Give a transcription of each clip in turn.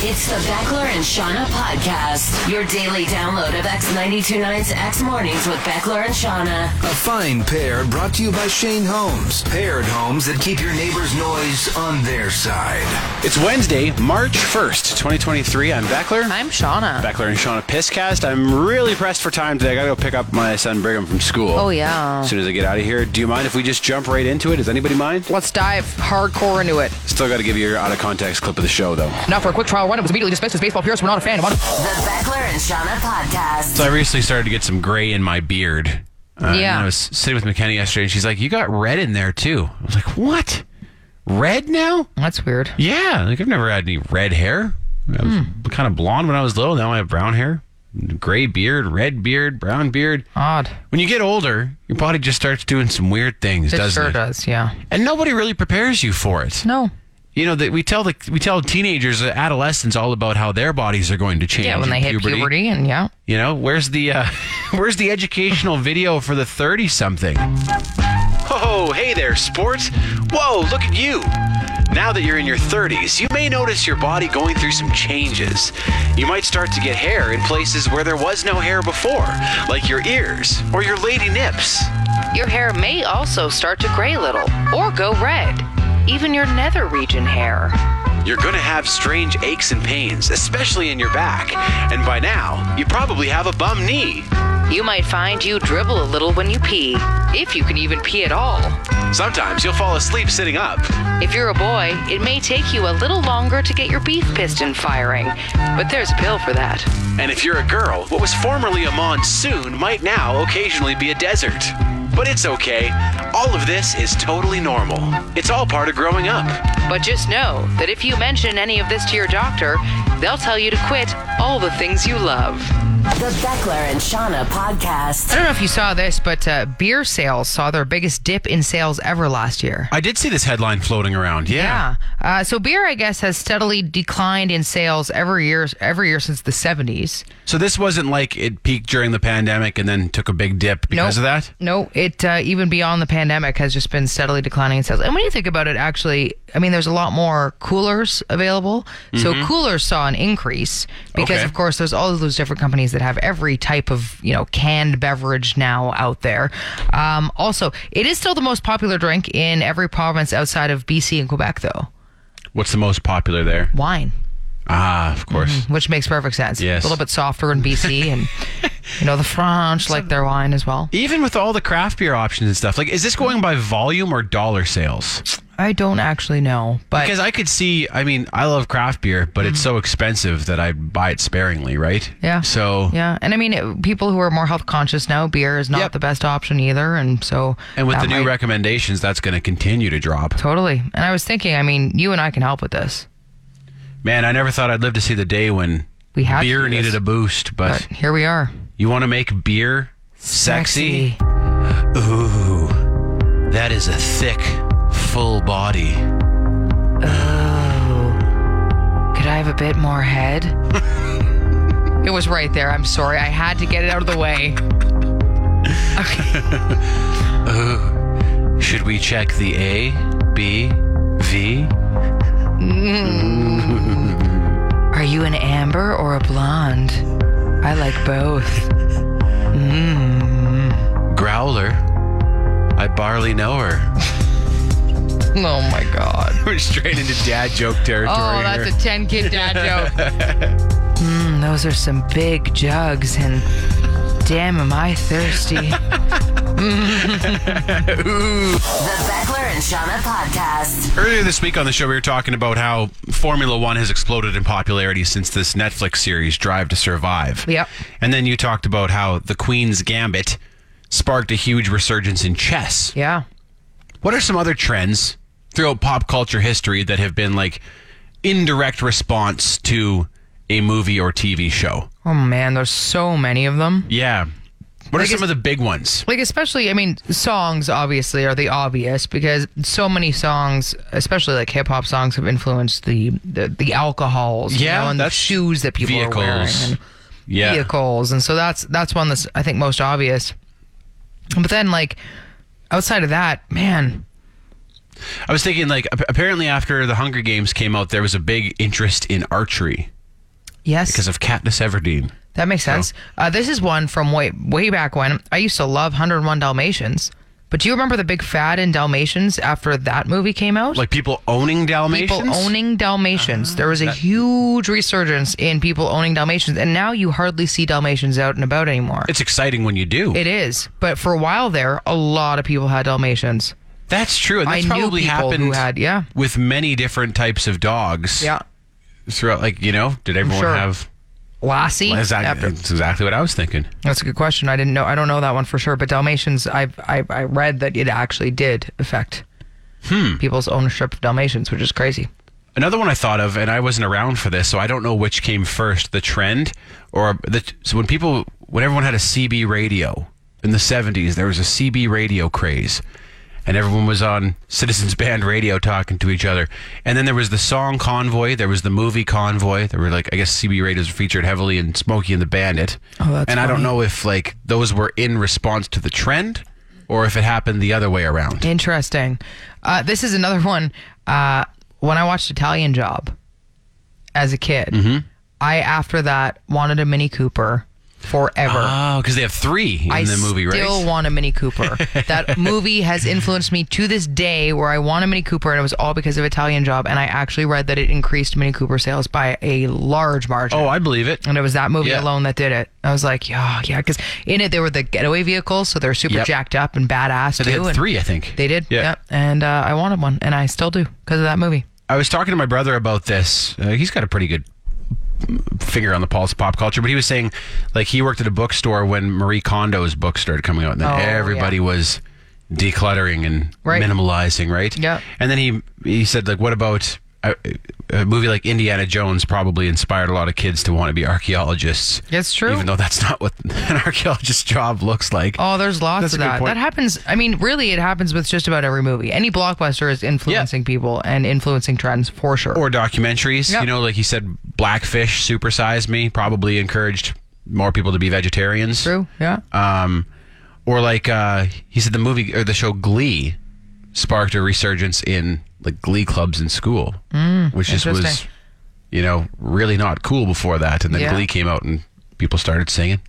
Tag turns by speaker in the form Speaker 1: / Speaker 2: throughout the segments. Speaker 1: It's the Beckler and Shauna podcast, your daily download of X92 Nights, X Mornings with Beckler and Shauna.
Speaker 2: A fine pair brought to you by Shane Homes. Paired homes that keep your neighbor's noise on their side.
Speaker 3: It's Wednesday, March 1st, 2023. I'm Beckler.
Speaker 4: I'm Shauna.
Speaker 3: Beckler and Shauna Pisscast. I'm really pressed for time today. I gotta go pick up my son Brigham from school.
Speaker 4: Oh, yeah.
Speaker 3: As soon as I get out of here. Do you mind if we just jump right into it? Does anybody mind?
Speaker 4: Let's dive hardcore into it.
Speaker 3: Still gotta give you your out of context clip of the show though.
Speaker 4: Now for a quick trial run, it was immediately dismissed as baseball purists were not a fan. One-
Speaker 1: The Beckler and Shauna podcast.
Speaker 5: So I recently started to get some gray in my beard. Uh, and
Speaker 4: Yeah.
Speaker 5: I was sitting with McKenna yesterday, and she's like, "You got red in there too." I was like, "What? Red now?
Speaker 4: That's weird.
Speaker 5: Yeah. Like I've never had any red hair. I was
Speaker 4: Hmm.
Speaker 5: kind of blonde when I was little. Now I have brown hair, gray beard, red beard, brown beard.
Speaker 4: Odd.
Speaker 5: When you get older, your body just starts doing some weird things,
Speaker 4: It
Speaker 5: doesn't
Speaker 4: sure
Speaker 5: it?
Speaker 4: does, yeah.
Speaker 5: And nobody really prepares you for it.
Speaker 4: No.
Speaker 5: You know that we tell the we tell teenagers, uh, adolescents, all about how their bodies are going to change.
Speaker 4: Yeah, when
Speaker 5: in
Speaker 4: they hit puberty, and yeah.
Speaker 5: you know, where's the uh, where's the educational video for the thirty something?
Speaker 3: Oh, hey there, sports. Whoa, look at you. Now that you're in your 30s, you may notice your body going through some changes. You might start to get hair in places where there was no hair before, like your ears or your lady nips.
Speaker 6: Your hair may also start to gray a little or go red, even your nether region hair.
Speaker 3: You're going to have strange aches and pains, especially in your back. And by now, you probably have a bum knee.
Speaker 6: You might find you dribble a little when you pee, if you can even pee at all.
Speaker 3: Sometimes you'll fall asleep sitting up.
Speaker 6: If you're a boy, it may take you a little longer to get your beef piston firing, but there's a pill for that.
Speaker 3: And if you're a girl, what was formerly a monsoon might now occasionally be a desert. But it's okay. All of this is totally normal. It's all part of growing up.
Speaker 6: But just know that if you mention any of this to your doctor, they'll tell you to quit all the things you love.
Speaker 1: The Beckler and Shauna
Speaker 4: I
Speaker 1: podcast.
Speaker 4: don't know if you saw this, but uh, beer sales saw their biggest dip in sales ever last year.
Speaker 5: I did see this headline floating around. Yeah.
Speaker 4: Yeah. Uh, so beer, I guess, has steadily declined in sales every year, every year since the 70s.
Speaker 5: So this wasn't like it peaked during the pandemic and then took a big dip because of that.
Speaker 4: No, it uh, even beyond the pandemic has just been steadily declining in sales. And when you think about it, actually, I mean, there's a lot more coolers available. So coolers saw an increase because,
Speaker 5: Mm-hmm. Okay.
Speaker 4: of course, there's all of those different companies that have every type of you know canned beverage now out there. Um, also, it is still the most popular drink in every province outside of BC and Quebec, though
Speaker 5: What's the most popular there?
Speaker 4: wine,
Speaker 5: Ah, of course.
Speaker 4: which makes perfect sense.
Speaker 5: Yes.
Speaker 4: a little bit softer in BC, and you know the French like their wine as well.
Speaker 5: Even with all the craft beer options and stuff, like is this going by volume or dollar sales?
Speaker 4: I don't actually know, but
Speaker 5: Because I could see, I mean, I love craft beer, but it's so expensive that I buy it sparingly, right?
Speaker 4: Mm-hmm. Yeah.
Speaker 5: So
Speaker 4: Yeah, and I mean, it, people who are more health conscious now, beer is not
Speaker 5: Yep.
Speaker 4: the best option either, and so
Speaker 5: and with
Speaker 4: that
Speaker 5: the new
Speaker 4: might-
Speaker 5: recommendations, that's going to continue to drop.
Speaker 4: totally. And I was thinking, I mean, you and I can help with this,
Speaker 5: Man, I never thought I'd live to see the day when
Speaker 4: We had to
Speaker 5: beer
Speaker 4: do this.
Speaker 5: needed a boost, but
Speaker 4: but here we are.
Speaker 5: you want to make beer sexy? Ooh, that is a thick, full body.
Speaker 4: Could I have a bit more head? it was right there. I'm sorry, I had to get it out of the way.
Speaker 5: Should we check the A, B, V?
Speaker 4: Are you an amber or a blonde? I like both.
Speaker 5: Growler. I barely know her.
Speaker 4: Oh my god.
Speaker 5: We're straight into dad joke territory.
Speaker 4: Oh, that's a 10 kid dad joke. mm, those are some big jugs, and damn, am I thirsty.
Speaker 1: The Beckler and Shauna podcast.
Speaker 5: Earlier this week on the show, we were talking about how Formula One has exploded in popularity since this Netflix series, Drive to Survive.
Speaker 4: Yep.
Speaker 5: And then you talked about how the Queen's Gambit sparked a huge resurgence in chess.
Speaker 4: yeah.
Speaker 5: What are some other trends throughout pop culture history that have been like indirect response to a movie or TV show?
Speaker 4: Oh man, there's so many of them.
Speaker 5: Yeah. What are
Speaker 4: Like,
Speaker 5: some
Speaker 4: is-
Speaker 5: of the big ones?
Speaker 4: Like especially, I mean, songs obviously are the obvious because so many songs, especially like hip hop songs, have influenced the the, the alcohols, you
Speaker 5: Yeah,
Speaker 4: know, and the
Speaker 5: that's
Speaker 4: shoes that people are wearing,
Speaker 5: vehicles.
Speaker 4: and
Speaker 5: Yeah.
Speaker 4: vehicles, and so that's that's one that's I think most obvious. But then, like outside of that, man,
Speaker 5: I was thinking like ap- apparently after the Hunger Games came out, there was a big interest in archery.
Speaker 4: Yes.
Speaker 5: because of Katniss Everdeen.
Speaker 4: That makes sense. Uh, this is one from way way back when. I used to love 101 Dalmatians, but do you remember the big fad in Dalmatians after that movie came out?
Speaker 5: Like people owning Dalmatians. Uh-huh.
Speaker 4: people owning Dalmatians. there was a huge resurgence in people owning Dalmatians, and now you hardly see Dalmatians out and about anymore.
Speaker 5: It's exciting when you do.
Speaker 4: It is, but for a while there, a lot of people had Dalmatians.
Speaker 5: that's true. And
Speaker 4: I
Speaker 5: that's
Speaker 4: knew
Speaker 5: probably
Speaker 4: people who
Speaker 5: happened
Speaker 4: had- yeah.
Speaker 5: with many different types of dogs.
Speaker 4: Yeah,
Speaker 5: Throughout, like, you know, did everyone
Speaker 4: sure.
Speaker 5: have.
Speaker 4: Lassie.
Speaker 5: Well, exactly,
Speaker 4: After-
Speaker 5: that's exactly what I was thinking.
Speaker 4: That's a good question. I didn't know. I don't know that one for sure. But Dalmatians, I've, I I read that it actually did affect
Speaker 5: Hmm.
Speaker 4: people's ownership of Dalmatians, which is crazy.
Speaker 5: Another one I thought of, and I wasn't around for this, so I don't know which came first the trend or the. So when people, when everyone had a CB radio in the 70s, there was a CB radio craze, and everyone was on Citizens Band radio talking to each other. And then there was the song Convoy, there was the movie Convoy. There were like, I guess CB radios were featured heavily in Smokey and the Bandit.
Speaker 4: Oh, that's
Speaker 5: And I don't
Speaker 4: funny.
Speaker 5: know if like those were in response to the trend or if it happened the other way around.
Speaker 4: Interesting. Uh, this is another one. Uh, when I watched Italian Job as a kid,
Speaker 5: Mm-hmm.
Speaker 4: I after that wanted a Mini Cooper forever.
Speaker 5: Oh, because they have three in
Speaker 4: I
Speaker 5: the movie, right?
Speaker 4: still want a Mini Cooper. that movie has influenced me to this day, where I want a Mini Cooper, and it was all because of Italian Job. And I actually read that it increased Mini Cooper sales by a large margin.
Speaker 5: Oh, I believe it.
Speaker 4: And it was that movie
Speaker 5: Yeah.
Speaker 4: alone that did it. I was like, yeah, yeah, because in it they were the getaway vehicles, so they're super
Speaker 5: Yep.
Speaker 4: jacked up and badass
Speaker 5: They
Speaker 4: too.
Speaker 5: had
Speaker 4: and
Speaker 5: three, I think.
Speaker 4: They did, yeah. And uh, I wanted one, and I still do because of that movie.
Speaker 5: I was talking to my brother about this. Uh, he's got a pretty good finger on the pulse of pop culture, but he was saying, like, he worked at a bookstore when Marie Kondo's book started coming out, and then
Speaker 4: Oh,
Speaker 5: everybody
Speaker 4: yeah.
Speaker 5: was decluttering and
Speaker 4: Right.
Speaker 5: minimalizing, right?
Speaker 4: Yep.
Speaker 5: And then he he said, like, what about a, a movie like Indiana Jones? Probably inspired a lot of kids to want to be archaeologists.
Speaker 4: It's true.
Speaker 5: even though that's not what an archaeologist's job looks like.
Speaker 4: Oh, there's lots
Speaker 5: That's
Speaker 4: of
Speaker 5: a good
Speaker 4: that.
Speaker 5: point.
Speaker 4: That happens. I mean, really, it happens with just about every movie. Any blockbuster is influencing people and influencing trends for sure.
Speaker 5: or documentaries.
Speaker 4: Yep.
Speaker 5: You know, like he said, Blackfish supersized me probably encouraged more people to be vegetarians.
Speaker 4: True. Yeah.
Speaker 5: Um, or like uh, he said, the movie or the show Glee sparked a resurgence in like Glee clubs in school, which just was,
Speaker 4: Mm, interesting.
Speaker 5: you know, really not cool before that. And then
Speaker 4: Yeah.
Speaker 5: Glee came out and people started singing.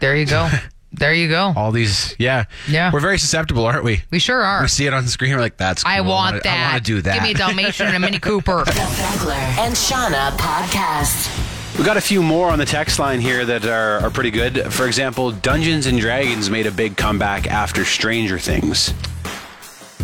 Speaker 4: There you go. there you go.
Speaker 5: All these, yeah,
Speaker 4: Yeah.
Speaker 5: we're very susceptible, aren't we?
Speaker 4: we sure are.
Speaker 5: We see it on the screen. We're like, that's. Cool.
Speaker 4: I want
Speaker 5: wanna-
Speaker 4: that.
Speaker 5: I want to do that.
Speaker 4: Give me a Dalmatian and a Mini Cooper.
Speaker 1: The Beckler and Shauna podcast.
Speaker 5: We got a few more on the text line here that are, are pretty good. For example, Dungeons and Dragons made a big comeback after Stranger Things.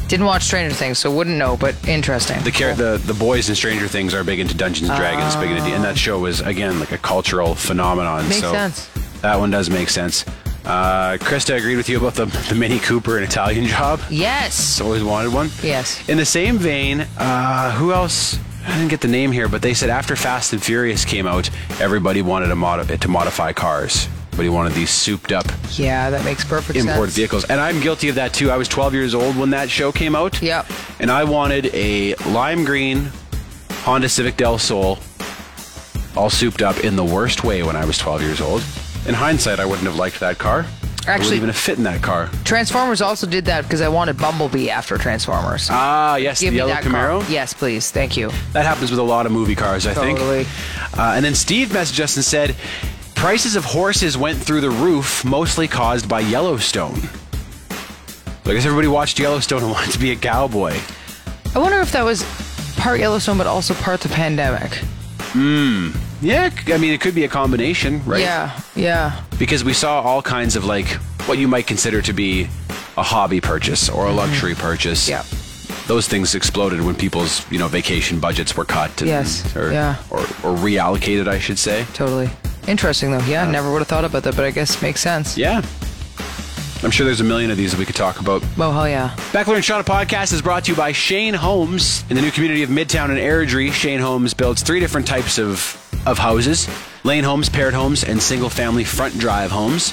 Speaker 4: Didn't watch Stranger Things, so wouldn't know, but interesting.
Speaker 5: The, char- the the boys in Stranger Things are big into Dungeons and Dragons, big into D- and that show was again like a cultural phenomenon.
Speaker 4: Makes
Speaker 5: so
Speaker 4: sense.
Speaker 5: That one does make sense. Uh, Krista agreed with you about the, the Mini Cooper and Italian Job.
Speaker 4: yes.
Speaker 5: Always wanted one.
Speaker 4: Yes.
Speaker 5: In the same vein, uh, who else? I didn't get the name here, but they said after Fast and Furious came out, everybody wanted a mod- to modify cars. Everybody wanted these souped up
Speaker 4: Yeah, that makes perfect
Speaker 5: import
Speaker 4: sense.
Speaker 5: vehicles. And I'm guilty of that too. I was 12 years old when that show came out.
Speaker 4: Yep.
Speaker 5: And I wanted a lime green Honda Civic Del Sol, all souped up in the worst way when I was 12 years old. In hindsight, I wouldn't have liked that car. I wouldn't
Speaker 4: Actually-
Speaker 5: even have fit in that car.
Speaker 4: Transformers also did that because I wanted Bumblebee after Transformers.
Speaker 5: Ah, yes,
Speaker 4: Give
Speaker 5: the
Speaker 4: me
Speaker 5: yellow
Speaker 4: that car.
Speaker 5: Camaro.
Speaker 4: Yes, please. Thank you.
Speaker 5: That happens with a lot of movie cars, I
Speaker 4: Totally.
Speaker 5: think. Uh, and then Steve messaged us and said, prices of horses went through the roof, mostly caused by Yellowstone. So I guess everybody watched Yellowstone and wanted to be a cowboy.
Speaker 4: I wonder if that was part Yellowstone, but also part the pandemic.
Speaker 5: Yeah, c- I mean, it could be a combination, right?
Speaker 4: Yeah, yeah.
Speaker 5: Because we saw all kinds of like what you might consider to be a hobby purchase or a luxury purchase.
Speaker 4: Mm-hmm. Yeah.
Speaker 5: Those things exploded when people's, you know, vacation budgets were cut. And,
Speaker 4: Yes,
Speaker 5: Or,
Speaker 4: yeah.
Speaker 5: Or, or reallocated, I should say.
Speaker 4: Totally. Interesting, though. Yeah, never would have thought about that, but I guess it makes sense.
Speaker 5: Yeah. I'm sure there's a million of these that we could talk about.
Speaker 4: Well, hell yeah.
Speaker 5: Beckler and Shauna podcast is brought to you by Shane Homes in the new community of Midtown and Airdrie. Shane Homes builds three different types of, of houses lane homes, paired homes, and single family front drive homes.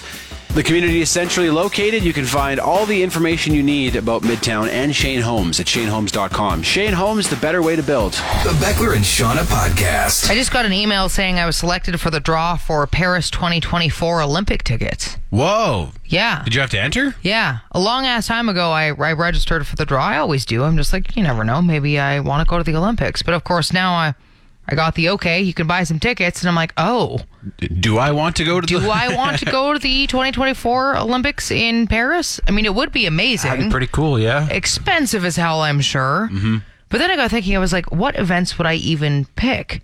Speaker 5: The community is centrally located. You can find all the information you need about Midtown and Shane Homes at shanehomes.com. Shane Homes, the better way to build.
Speaker 2: The Beckler and Shauna Podcast.
Speaker 4: I just got an email saying I was selected for the draw for Paris 2024 Olympic tickets.
Speaker 5: Whoa.
Speaker 4: Yeah.
Speaker 5: you have to enter?
Speaker 4: Yeah, a long ass time ago, I, I registered for the draw. I always do. I'm just like, you never know. Maybe I want to go to the Olympics. But of course, now I I got the okay, you can buy some tickets. And I'm like, oh,
Speaker 5: Do I want to go to
Speaker 4: do
Speaker 5: the?
Speaker 4: I want to go to the 2024 Olympics in Paris? I mean, it would be
Speaker 5: That'd
Speaker 4: amazing.
Speaker 5: be pretty cool, yeah.
Speaker 4: expensive as hell, I'm sure. Mm-hmm. But then I got thinking, I was like, what events would I even pick?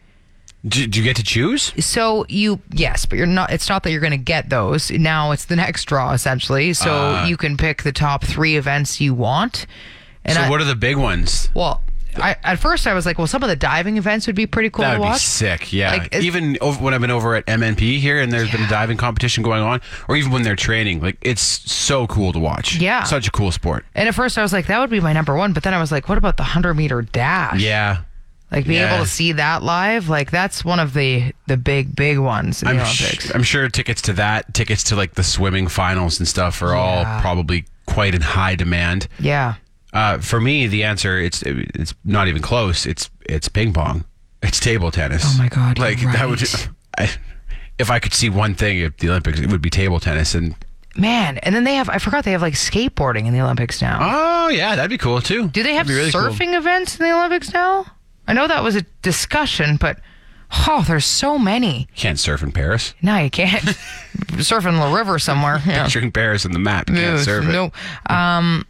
Speaker 5: Do, do you get to choose?
Speaker 4: So you, yes, but you're not, it's not that you're going to get those. Now it's the next draw, essentially. So
Speaker 5: Uh.
Speaker 4: you can pick the top three events you want. And
Speaker 5: so
Speaker 4: I,
Speaker 5: what are the big ones?
Speaker 4: well, I, at first I was like, well, some of the diving events would be pretty cool
Speaker 5: That
Speaker 4: to
Speaker 5: would be
Speaker 4: watch.
Speaker 5: sick, yeah.
Speaker 4: Like, it's-
Speaker 5: even over, when I've been over at MNP here, and there's been a diving competition going on, or even when they're training, like it's so cool to watch.
Speaker 4: Yeah.
Speaker 5: such a cool sport.
Speaker 4: And at first I was like, that would be my number one. But then I was like, what about the 100 meter dash?
Speaker 5: Yeah,
Speaker 4: Like being able
Speaker 5: Yeah.
Speaker 4: to see that live, like that's one of the the big big ones in
Speaker 5: I'm,
Speaker 4: the
Speaker 5: sh-
Speaker 4: Olympics.
Speaker 5: I'm sure tickets to that, tickets to like the swimming finals and stuff, are all probably quite in high demand.
Speaker 4: yeah.
Speaker 5: Uh, for me, the answer it's it's not even close. It's it's ping pong. It's table tennis.
Speaker 4: Oh my God, you're
Speaker 5: Like that would.
Speaker 4: right.
Speaker 5: I, if I could see one thing at the Olympics, it would be table tennis. And
Speaker 4: Man, and then they have I forgot they have like skateboarding in the Olympics now.
Speaker 5: oh yeah, that'd be cool too.
Speaker 4: Do they have
Speaker 5: That'd be really cool.
Speaker 4: surfing events in the Olympics now? I know that was a discussion, but oh, there's so many.
Speaker 5: Can't surf in Paris.
Speaker 4: No, you can't surf in the river somewhere. Yeah.
Speaker 5: Picturing Paris in the map, you can't
Speaker 4: Ugh,
Speaker 5: surf it.
Speaker 4: Oh. no. Um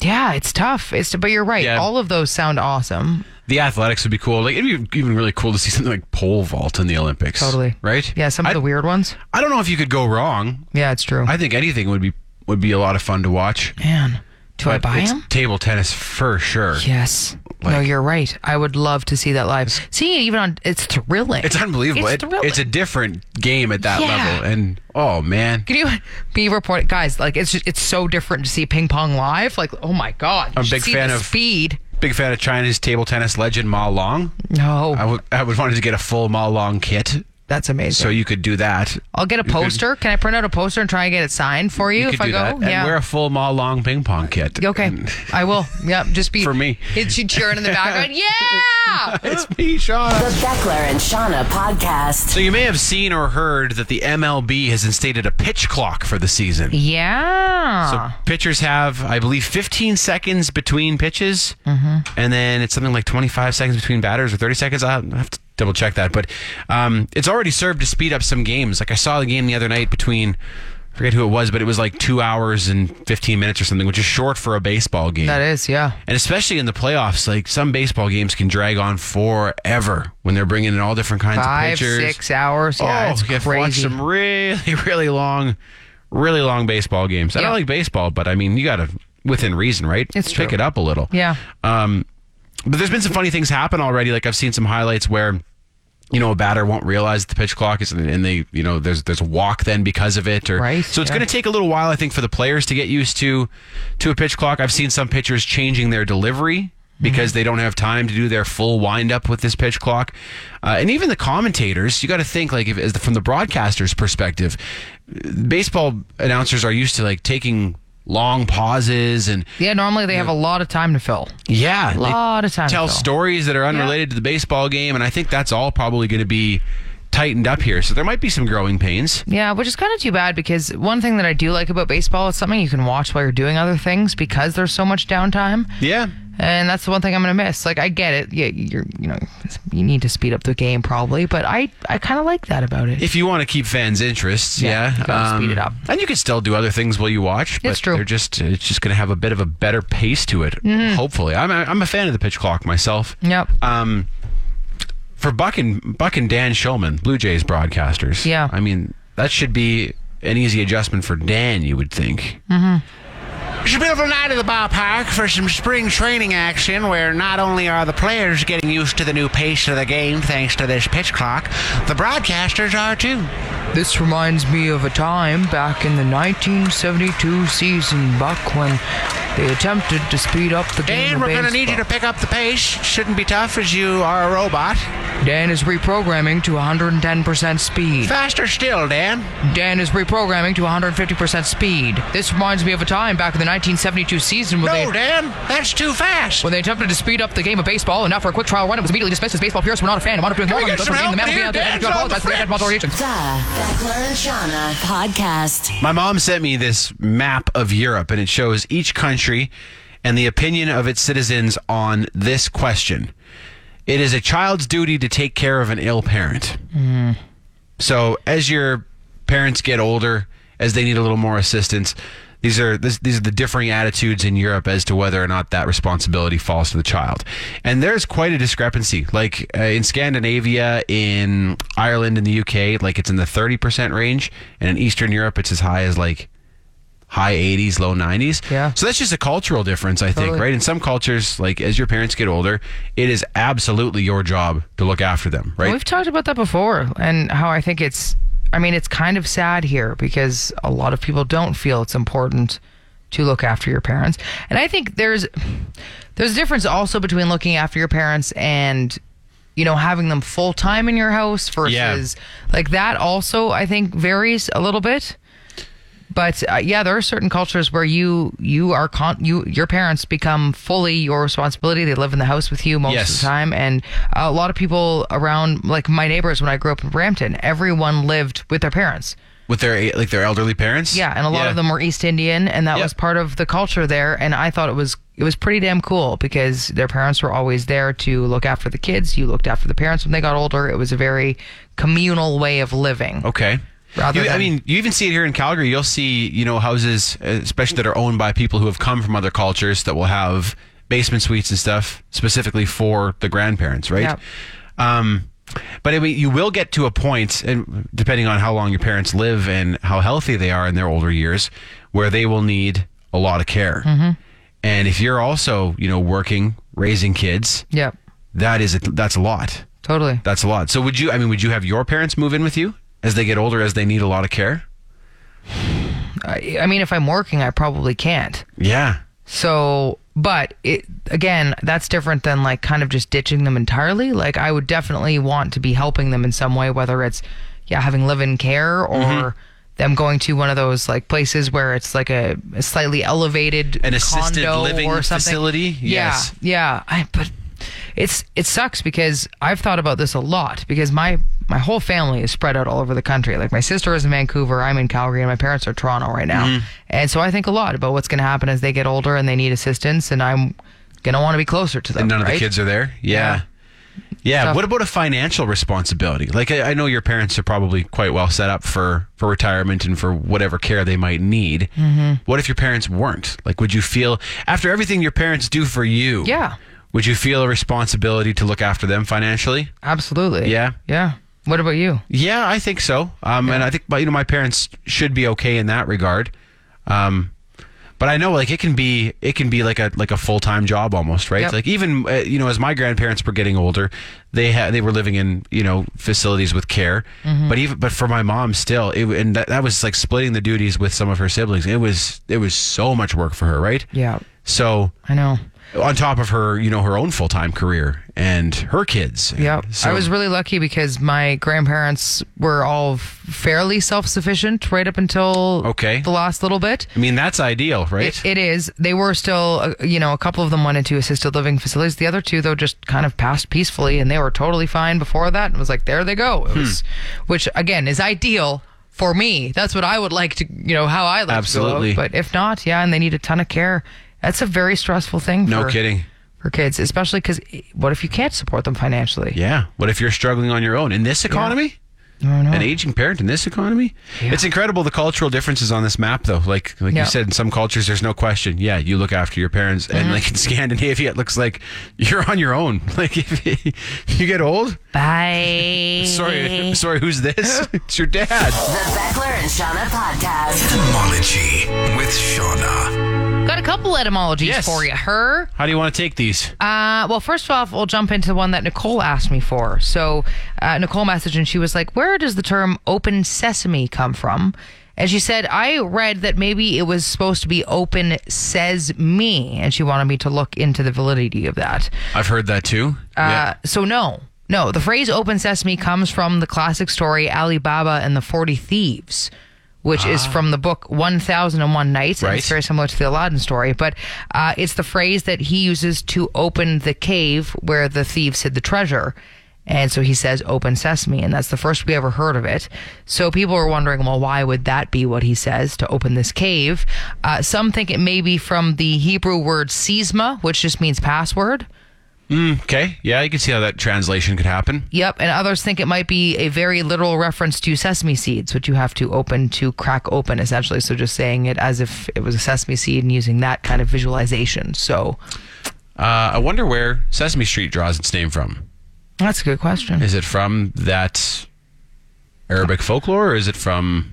Speaker 4: yeah, it's tough. It's but you're right.
Speaker 5: Yeah.
Speaker 4: All of those sound awesome.
Speaker 5: The athletics would be cool. Like it'd be even really cool to see something like pole vault in the Olympics.
Speaker 4: Totally.
Speaker 5: Right?
Speaker 4: Yeah, some of
Speaker 5: I,
Speaker 4: the weird ones.
Speaker 5: I don't know if you could go wrong.
Speaker 4: Yeah, it's true.
Speaker 5: I think anything would be would be a lot of fun to watch.
Speaker 4: Man, do I
Speaker 5: But
Speaker 4: buy
Speaker 5: it's
Speaker 4: them?
Speaker 5: Table tennis for sure.
Speaker 4: Yes. no,
Speaker 5: Like-
Speaker 4: you're right. I would love to see that live. Seeing it even on, it's thrilling.
Speaker 5: It's unbelievable.
Speaker 4: It's
Speaker 5: It-
Speaker 4: thrilling.
Speaker 5: a different game at that
Speaker 4: Yeah.
Speaker 5: level. And oh man.
Speaker 4: Can you be reported, guys? Like it's just, it's so different to see ping pong live. Like oh my god, You
Speaker 5: I'm a
Speaker 4: should
Speaker 5: big
Speaker 4: see
Speaker 5: fan
Speaker 4: the
Speaker 5: of-
Speaker 4: speed.
Speaker 5: Big fan of China's table tennis legend Ma Long.
Speaker 4: No,
Speaker 5: I would I would wanted to get a full Ma Long kit.
Speaker 4: that's amazing.
Speaker 5: So you could do that.
Speaker 4: I'll get a
Speaker 5: could-
Speaker 4: poster. Can I print out a poster and try and get it signed for you,
Speaker 5: You
Speaker 4: if
Speaker 5: could
Speaker 4: I
Speaker 5: do
Speaker 4: go?
Speaker 5: that. And
Speaker 4: yeah.
Speaker 5: wear a full Ma Long ping pong kit.
Speaker 4: Okay,
Speaker 5: And-
Speaker 4: I will. Yep, just be
Speaker 5: For me.
Speaker 4: It's you cheering in the background. Yeah.
Speaker 5: it's me, Sean.
Speaker 1: The Beckler and Shauna podcast.
Speaker 5: So you may have seen or heard that the MLB has instated a pitch clock for the season. So
Speaker 4: Yeah.
Speaker 5: pitchers have, I believe, 15 seconds between pitches,
Speaker 4: Mm-hmm.
Speaker 5: and then it's something like 25 seconds between batters or 30 seconds. I'll have to double check that, but um, it's already served to speed up some games. Like I saw the game the other night between. I forget who it was, but it was like two hours and 15 minutes or something, which is short for a baseball game.
Speaker 4: that is yeah.
Speaker 5: And especially in the playoffs, like some baseball games can drag on forever when they're bringing in all different kinds
Speaker 4: Five
Speaker 5: of pitchers
Speaker 4: six hours. Yeah, it's
Speaker 5: Oh, you have to watch
Speaker 4: crazy.
Speaker 5: some really, really long, really long baseball games. I
Speaker 4: Yeah.
Speaker 5: don't like baseball, but I mean, you got to within reason, right?
Speaker 4: It's
Speaker 5: pick
Speaker 4: true.
Speaker 5: it up a little.
Speaker 4: Yeah.
Speaker 5: Um, but there's been some funny things happen already. Like I've seen some highlights where. You know, a batter won't realize the pitch clock is, and they, you know, there's there's a walk then because of it, or
Speaker 4: Right,
Speaker 5: so it's
Speaker 4: yeah.
Speaker 5: going to take a little while, I think, for the players to get used to to a pitch clock. I've seen some pitchers changing their delivery because
Speaker 4: Mm-hmm.
Speaker 5: they don't have time to do their full windup with this pitch clock, uh, and even the commentators. You got to think like if, as the, from the broadcaster's perspective, baseball announcers are used to like taking long pauses and
Speaker 4: Yeah, normally they have a lot of time to fill.
Speaker 5: yeah, a
Speaker 4: Lot of time
Speaker 5: Tell
Speaker 4: to fill.
Speaker 5: stories that are unrelated to the baseball game, and I think that's all probably going to be tightened up here. So there might be some growing pains.
Speaker 4: Yeah, which is kind of too bad because one thing that I do like about baseball, it's something you can watch while you're doing other things because there's so much downtime.
Speaker 5: Yeah.
Speaker 4: And that's the one thing I'm gonna miss. Like I get it, yeah, you're you know you need to speed up the game probably, but I I kind of like that about it.
Speaker 5: If you want to keep fans' interests,
Speaker 4: Yeah,
Speaker 5: yeah, um,
Speaker 4: you gotta speed it up.
Speaker 5: and you can still do other things while you watch. But
Speaker 4: It's true. Mm-hmm.
Speaker 5: They're just it's just going to have a bit of a better pace to it. Hopefully, I'm a, I'm a fan of the pitch clock myself.
Speaker 4: Yep.
Speaker 5: Um, for Buck and Buck and Dan Shulman, Blue Jays broadcasters.
Speaker 4: Yeah.
Speaker 5: I mean that should be an easy adjustment for Dan, you would think.
Speaker 7: It's a beautiful night at the ballpark for some spring training action where not only are the players getting used to the new pace of the game thanks to this pitch clock, the broadcasters are too.
Speaker 4: This reminds me of a time back in the 1972 season, Buck, when they attempted to speed up the game.
Speaker 7: Dan, we're going to need you to pick up the pace. Shouldn't be tough as you are a robot.
Speaker 4: Dan is reprogramming to 110% speed.
Speaker 7: Faster still, Dan.
Speaker 4: Dan is reprogramming to 150% speed. This reminds me of a time back in the 1972 season when
Speaker 7: No,
Speaker 4: they.
Speaker 7: Oh, Dan, that's too fast.
Speaker 4: When they attempted to speed up the game of baseball, and not for a quick trial run, it was immediately dismissed as baseball purists were not a fan and wanted to
Speaker 7: Can
Speaker 4: ignore
Speaker 7: we
Speaker 4: him.
Speaker 7: get some help here? Dan's on the
Speaker 1: The Beckler and Shauna podcast.
Speaker 5: My mom sent me this map of Europe, and it shows each country and the opinion of its citizens on this question It is a child's duty to take care of an ill parent. So as your parents get older, as they need a little more assistance, these are this, these are the differing attitudes in Europe as to whether or not that responsibility falls to the child. And there's quite a discrepancy. Like uh, in Scandinavia, in Ireland, in the UK, like it's in the 30% range, and in Eastern Europe it's as high as like high 80s, low 90s.
Speaker 4: Yeah.
Speaker 5: So that's just a cultural difference, I think,
Speaker 4: Totally.
Speaker 5: right? In some cultures, like as your parents get older, it is absolutely your job to look after them, right?
Speaker 4: We've talked about that before and how I think it's I mean it's kind of sad here because a lot of people don't feel it's important to look after your parents. And I think there's there's a difference also between looking after your parents and you know having them full time in your house versus like that also I think varies a little bit. But uh, yeah, there are certain cultures where you you are con- you your parents become fully your responsibility. They live in the house with you most of
Speaker 5: Yes.
Speaker 4: the time, and a lot of people around, like my neighbors when I grew up in Brampton, everyone lived with their parents.
Speaker 5: with their like their elderly parents.
Speaker 4: Yeah, and a lot of them were East Indian, and that
Speaker 5: Yeah.
Speaker 4: was part of the culture there. And I thought it was it was pretty damn cool because their parents were always there to look after the kids. You looked after the parents when they got older. It was a very communal way of living.
Speaker 5: Okay.
Speaker 4: Rather
Speaker 5: You- I
Speaker 4: than-
Speaker 5: mean, you even see it here in Calgary. You'll see, you know, houses, uh, especially that are owned by people who have come from other cultures, that will have basement suites and stuff specifically for the grandparents, right?
Speaker 4: Yeah.
Speaker 5: Um, but I mean, you will get to a point, and depending on how long your parents live and how healthy they are in their older years, where they will need a lot of care.
Speaker 4: Mm-hmm.
Speaker 5: And if you're also, you know, working, raising kids,
Speaker 4: Yep,
Speaker 5: that is a, that's a lot.
Speaker 4: totally.
Speaker 5: That's a lot. So would you? I mean, would you have your parents move in with you as they get older, as they need a lot of care?
Speaker 4: I, I mean, if I'm working, I probably can't.
Speaker 5: Yeah.
Speaker 4: So, but it again, that's different than like kind of just ditching them entirely. Like I would definitely want to be helping them in some way, whether it's yeah, having live in care or
Speaker 5: Mm-hmm.
Speaker 4: them going to one of those like places where it's like a, a slightly elevated
Speaker 5: An assisted
Speaker 4: condo
Speaker 5: living
Speaker 4: or something.
Speaker 5: facility?
Speaker 4: Yeah,
Speaker 5: Yes.
Speaker 4: yeah. I, but it's it sucks because I've thought about this a lot because my my whole family is spread out all over the country. Like my sister is in Vancouver, I'm in Calgary, and my parents are in Toronto right now.
Speaker 5: Mm-hmm.
Speaker 4: And so I think a lot about what's going to happen as they get older and they need assistance, and I'm going to want to be closer to them.
Speaker 5: And none of the
Speaker 4: right?
Speaker 5: kids are there. Yeah. Yeah.
Speaker 4: Tough.
Speaker 5: What about a financial responsibility? Like, I, I know your parents are probably quite well set up for for retirement and for whatever care they might need. Mm-hmm. What if your parents weren't? Like, would you feel after everything your parents do for you?
Speaker 4: Yeah.
Speaker 5: Would you feel a responsibility to look after them financially?
Speaker 4: Absolutely.
Speaker 5: Yeah.
Speaker 4: Yeah. What about you?
Speaker 5: Yeah, I think so. Um, and I think, but you know, my parents should be okay in that regard. Um, but I know, like, it can be, it can be like a like a full time job almost, right?
Speaker 4: Yep.
Speaker 5: Like, even uh, you know, as my grandparents were getting older, they had they were living in you know facilities with care.
Speaker 4: Mm-hmm.
Speaker 5: But even but for my mom, still, it, and that, that was like splitting the duties with some of her siblings. It was it was so much work for her, right?
Speaker 4: Yeah.
Speaker 5: So
Speaker 4: I know.
Speaker 5: on top of her, you know, her own full time career and her kids.
Speaker 4: Yeah.
Speaker 5: So,
Speaker 4: I was really lucky because my grandparents were all fairly self sufficient right up until
Speaker 5: Okay.
Speaker 4: the last little bit.
Speaker 5: I mean, that's ideal, right?
Speaker 4: It, it is. They were still, uh, you know, a couple of them went into assisted living facilities. The other two, though, just kind of passed peacefully, and they were totally fine before that. And was like, there they go. It was,
Speaker 5: Hmm.
Speaker 4: which again is ideal for me. That's what I would like to, you know, how I like
Speaker 5: Absolutely.
Speaker 4: to go out. But if not, yeah, and they need a ton of care. That's a very stressful thing.
Speaker 5: No
Speaker 4: for,
Speaker 5: kidding.
Speaker 4: For kids, especially because what if you can't support them financially?
Speaker 5: Yeah. What if you're struggling on your own in this economy? An aging parent in this economy? It's incredible the cultural differences on this map, though. Like, like
Speaker 4: Yeah.
Speaker 5: you said, in some cultures, there's no question. Yeah, you look after your parents,
Speaker 4: Mm-hmm.
Speaker 5: and like in Scandinavia, it looks like you're on your own. Like, if you get old,
Speaker 4: Bye. Mm-hmm.
Speaker 5: sorry, sorry, who's this? it's your dad.
Speaker 1: The Beckler and Shauna Podcast.
Speaker 2: Etymology with Shauna.
Speaker 4: Got a couple etymologies
Speaker 5: Yes.
Speaker 4: for you. Her.
Speaker 5: How do you want to take these?
Speaker 4: Uh, well, first off, we'll jump into the one that Nicole asked me for. So uh, Nicole messaged and she was like, "Where does the term open sesame come from?" And she said, "I read that maybe it was supposed to be open says me," and she wanted me to look into the validity of that.
Speaker 5: I've heard that too.
Speaker 4: Uh, So no, no. The phrase "open sesame" comes from the classic story Alibaba and the Forty Thieves, which is from the book One Thousand and One Nights. and It's
Speaker 5: Right.
Speaker 4: very similar to the Aladdin story, but uh, it's the phrase that he uses to open the cave where the thieves hid the treasure. And so he says open sesame, and that's the first we ever heard of it. So people were wondering, well, why would that be what he says to open this cave? Uh, some think it may be from the Hebrew word sesma, which just means password.
Speaker 5: Okay. Yeah, you can see how that translation could happen.
Speaker 4: Yep, and others think it might be a very literal reference to sesame seeds, which you have to open to crack open, essentially. So just saying it as if it was a sesame seed and using that kind of visualization. So
Speaker 5: Uh, I wonder where Sesame Street draws its name from.
Speaker 4: that's a good question.
Speaker 5: Is it from that Arabic folklore, or is it from?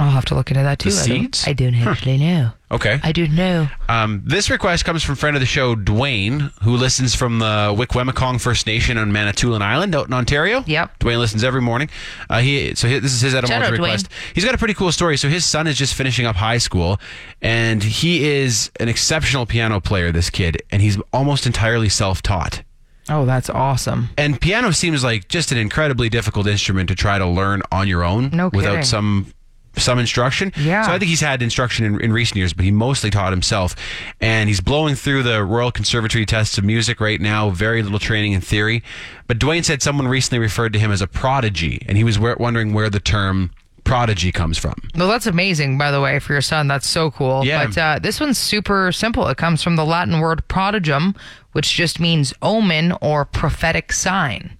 Speaker 4: I'll have to look into that too. I don't-
Speaker 5: seeds?
Speaker 4: I don't actually know.
Speaker 5: Okay.
Speaker 4: I don't know.
Speaker 5: Um, this request comes from friend of the show, Dwayne, who listens from the Wikwemacong First Nation on Manitoulin Island out in Ontario.
Speaker 4: Yep.
Speaker 5: Dwayne listens every morning. Uh, he so hi- this is his
Speaker 4: Shout
Speaker 5: etymology
Speaker 4: out, Dwayne.
Speaker 5: request. He's got a pretty cool story. So his son is just finishing up high school, and he is an exceptional piano player. This kid, and he's almost entirely self-taught.
Speaker 4: Oh, that's awesome.
Speaker 5: And piano seems like just an incredibly difficult instrument to try to learn on your own
Speaker 4: No kidding.
Speaker 5: without some some instruction.
Speaker 4: Yeah.
Speaker 5: So I think he's had instruction in, in recent years, but he mostly taught himself. And he's blowing through the Royal Conservatory tests of music right now. Very little training in theory. But Dwayne said someone recently referred to him as a prodigy, and he was where, wondering where the term prodigy comes from.
Speaker 4: Well, that's amazing, by the way, for your son. That's so cool.
Speaker 5: Yeah.
Speaker 4: But uh, this one's super simple. It comes from the Latin word prodigum, which just means omen or prophetic sign.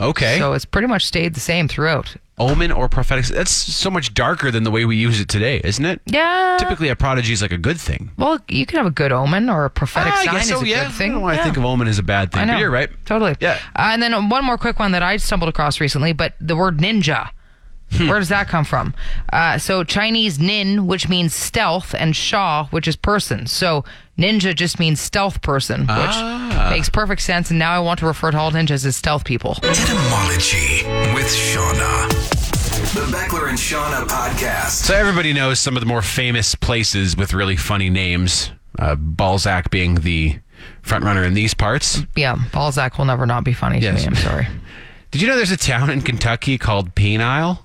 Speaker 5: Okay.
Speaker 4: So it's pretty much stayed the same throughout.
Speaker 5: Omen or prophetic. That's so much darker than the way we use it today, isn't it?
Speaker 4: Yeah.
Speaker 5: Typically, a prodigy is like a good thing.
Speaker 4: Well, you can have a good omen or a prophetic
Speaker 5: Ah,
Speaker 4: sign is a
Speaker 5: yeah.
Speaker 4: good thing.
Speaker 5: I don't know why
Speaker 4: Yeah.
Speaker 5: I think of omen as a bad thing.
Speaker 4: I know.
Speaker 5: But you're right.
Speaker 4: Totally.
Speaker 5: Yeah.
Speaker 4: Uh, and then one more quick one that I stumbled across recently, but the word ninja.
Speaker 5: Hmm.
Speaker 4: Where does that come from? Uh, so Chinese nin, which means stealth, and sha, which is person. So ninja just means stealth person, which
Speaker 5: Ah.
Speaker 4: makes perfect sense. And now I want to refer to all ninjas as stealth people.
Speaker 2: Etymology with Shauna. The Beckler and Shauna podcast.
Speaker 5: So everybody knows some of the more famous places with really funny names. Uh, Balzac being the front runner in these parts.
Speaker 4: Yeah, Balzac will never not be funny to
Speaker 5: Yes.
Speaker 4: me. I'm sorry.
Speaker 5: Did you know there's a town in Kentucky called Penile?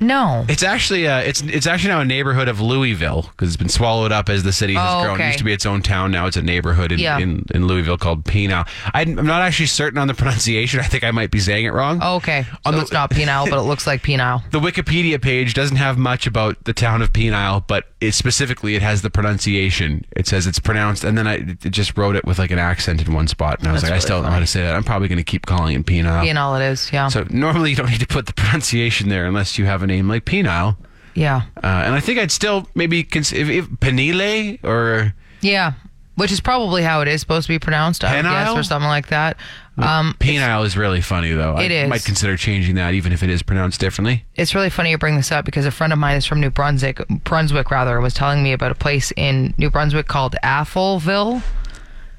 Speaker 4: No.
Speaker 5: It's actually uh, it's it's actually now a neighborhood of Louisville because it's been swallowed up as the city has
Speaker 4: Oh,
Speaker 5: grown.
Speaker 4: okay.
Speaker 5: It used to be its own town. Now it's a neighborhood in,
Speaker 4: Yeah.
Speaker 5: in, in Louisville called Penile. I, I'm not actually certain on the pronunciation. I think I might be saying it wrong.
Speaker 4: okay. So
Speaker 5: On the-
Speaker 4: it's not penile, but it looks like penile.
Speaker 5: The Wikipedia page doesn't have much about the town of Penile, but it specifically it has the pronunciation. It says it's pronounced, and then I it just wrote it with like an accent in one spot, and I was
Speaker 4: That's
Speaker 5: like, I
Speaker 4: really
Speaker 5: still don't know how to say that. I'm probably going to keep calling it Penile.
Speaker 4: Penile it is. Yeah.
Speaker 5: Oh. So normally you don't need to put the pronunciation there unless you have a name like Penile.
Speaker 4: yeah.
Speaker 5: Uh, and I think I'd still maybe consider if, if Penile or
Speaker 4: Yeah, which is probably how it is supposed to be pronounced, I would guess,
Speaker 5: Penile?
Speaker 4: or something like that. Um,
Speaker 5: Penile is really funny though.
Speaker 4: It
Speaker 5: I
Speaker 4: is.
Speaker 5: might consider changing that even if it is pronounced differently.
Speaker 4: it's really funny you bring this up because a friend of mine is from New Brunswick, Brunswick rather, was telling me about a place in New Brunswick called Atholville,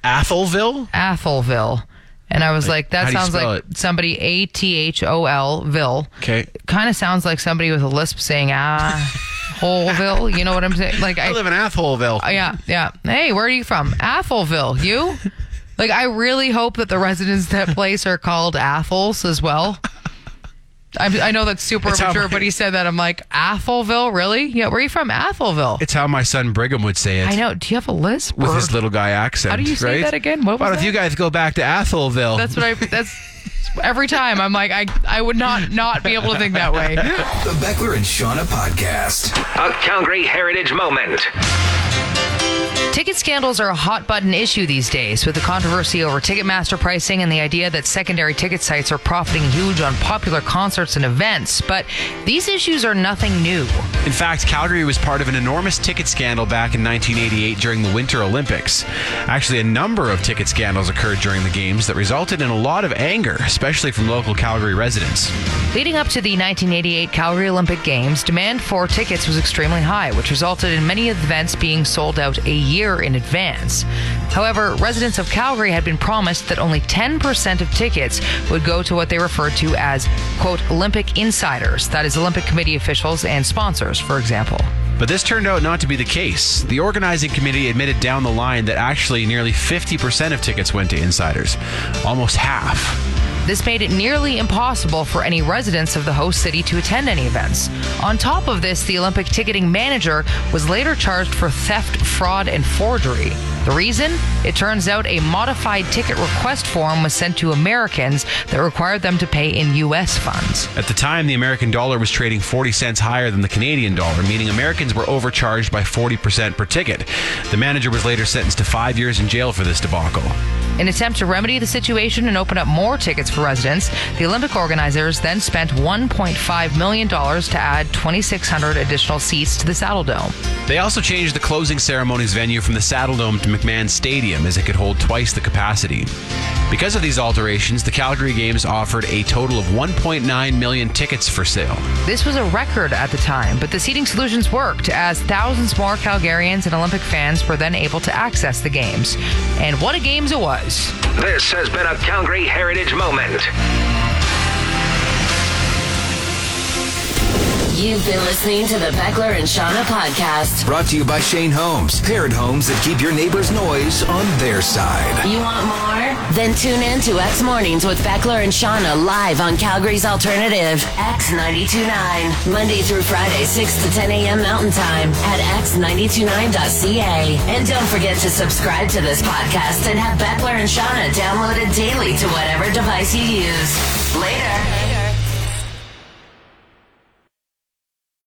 Speaker 5: Atholville.
Speaker 4: Atholville, and I was like,
Speaker 5: how
Speaker 4: that
Speaker 5: do you
Speaker 4: sounds
Speaker 5: spell
Speaker 4: like
Speaker 5: it?
Speaker 4: somebody A T H O L Ville.
Speaker 5: Okay.
Speaker 4: kind of sounds like somebody with a lisp saying ah, Holville. You know what I'm saying? Like
Speaker 5: I live in Atholville.
Speaker 4: Uh, yeah, yeah. Hey, where are you from? Atholville. You? Like, I really hope that the residents of that place are called Athels as well. I, I know that's super
Speaker 5: It's how
Speaker 4: immature,
Speaker 5: my-
Speaker 4: but he said that. I'm like, Atholville? Really? Yeah, where are you from? Atholville.
Speaker 5: it's how my son Brigham would say it.
Speaker 4: I know. Do you have a lisp?
Speaker 5: with
Speaker 4: or-
Speaker 5: his little guy accent.
Speaker 4: How do you say
Speaker 5: right?
Speaker 4: that again? What
Speaker 5: Why
Speaker 4: was
Speaker 5: don't you
Speaker 4: that?
Speaker 5: guys go back to Atholville?
Speaker 4: That's what I, that's every time I'm like, I, I would not, not be able to think that way.
Speaker 2: The Beckler and Shauna podcast.
Speaker 8: A Calgary Heritage Moment.
Speaker 4: Ticket scandals are a hot button issue these days, with the controversy over Ticketmaster pricing and the idea that secondary ticket sites are profiting huge on popular concerts and events. But these issues are nothing new.
Speaker 5: In fact, Calgary was part of an enormous ticket scandal back in 1988 during the Winter Olympics. Actually, a number of ticket scandals occurred during the games that resulted in a lot of anger, especially from local Calgary residents.
Speaker 4: Leading up to the 1988 Calgary Olympic Games, demand for tickets was extremely high, which resulted in many events being sold out a year in advance. However, residents of Calgary had been promised that only 10% of tickets would go to what they referred to as, quote, Olympic insiders, that is, Olympic committee officials and sponsors, for example.
Speaker 5: But this turned out not to be the case. The organizing committee admitted down the line that actually nearly 50% of tickets went to insiders, almost half.
Speaker 4: This made it nearly impossible for any residents of the host city to attend any events. On top of this, the Olympic ticketing manager was later charged for theft, fraud, and forgery. The reason? It turns out a modified ticket request form was sent to Americans that required them to pay in U.S. funds.
Speaker 5: At the time, the American dollar was trading 40 cents higher than the Canadian dollar, meaning Americans were overcharged by 40% per ticket. The manager was later sentenced to five years in jail for this debacle.
Speaker 4: In attempt to remedy the situation and open up more tickets for residents, the Olympic organizers then spent 1.5 million dollars to add 2,600 additional seats to the Saddle Dome.
Speaker 5: They also changed the closing ceremony's venue from the Saddle Dome to McMahon Stadium, as it could hold twice the capacity. Because of these alterations, the Calgary Games offered a total of 1.9 million tickets for sale.
Speaker 4: This was a record at the time, but the seating solutions worked as thousands more Calgarians and Olympic fans were then able to access the games. And what a games it was!
Speaker 8: This has been a Calgary Heritage Moment.
Speaker 1: You've been listening to the Beckler and Shauna podcast.
Speaker 2: Brought to you by Shane Holmes. Paired homes that keep your neighbor's noise on their side.
Speaker 1: You want more? Then tune in to X Mornings with Beckler and Shauna live on Calgary's Alternative, X929, Monday through Friday, 6 to 10 a.m. Mountain Time at x929.ca. And don't forget to subscribe to this podcast and have Beckler and Shauna downloaded daily to whatever device you use. Later.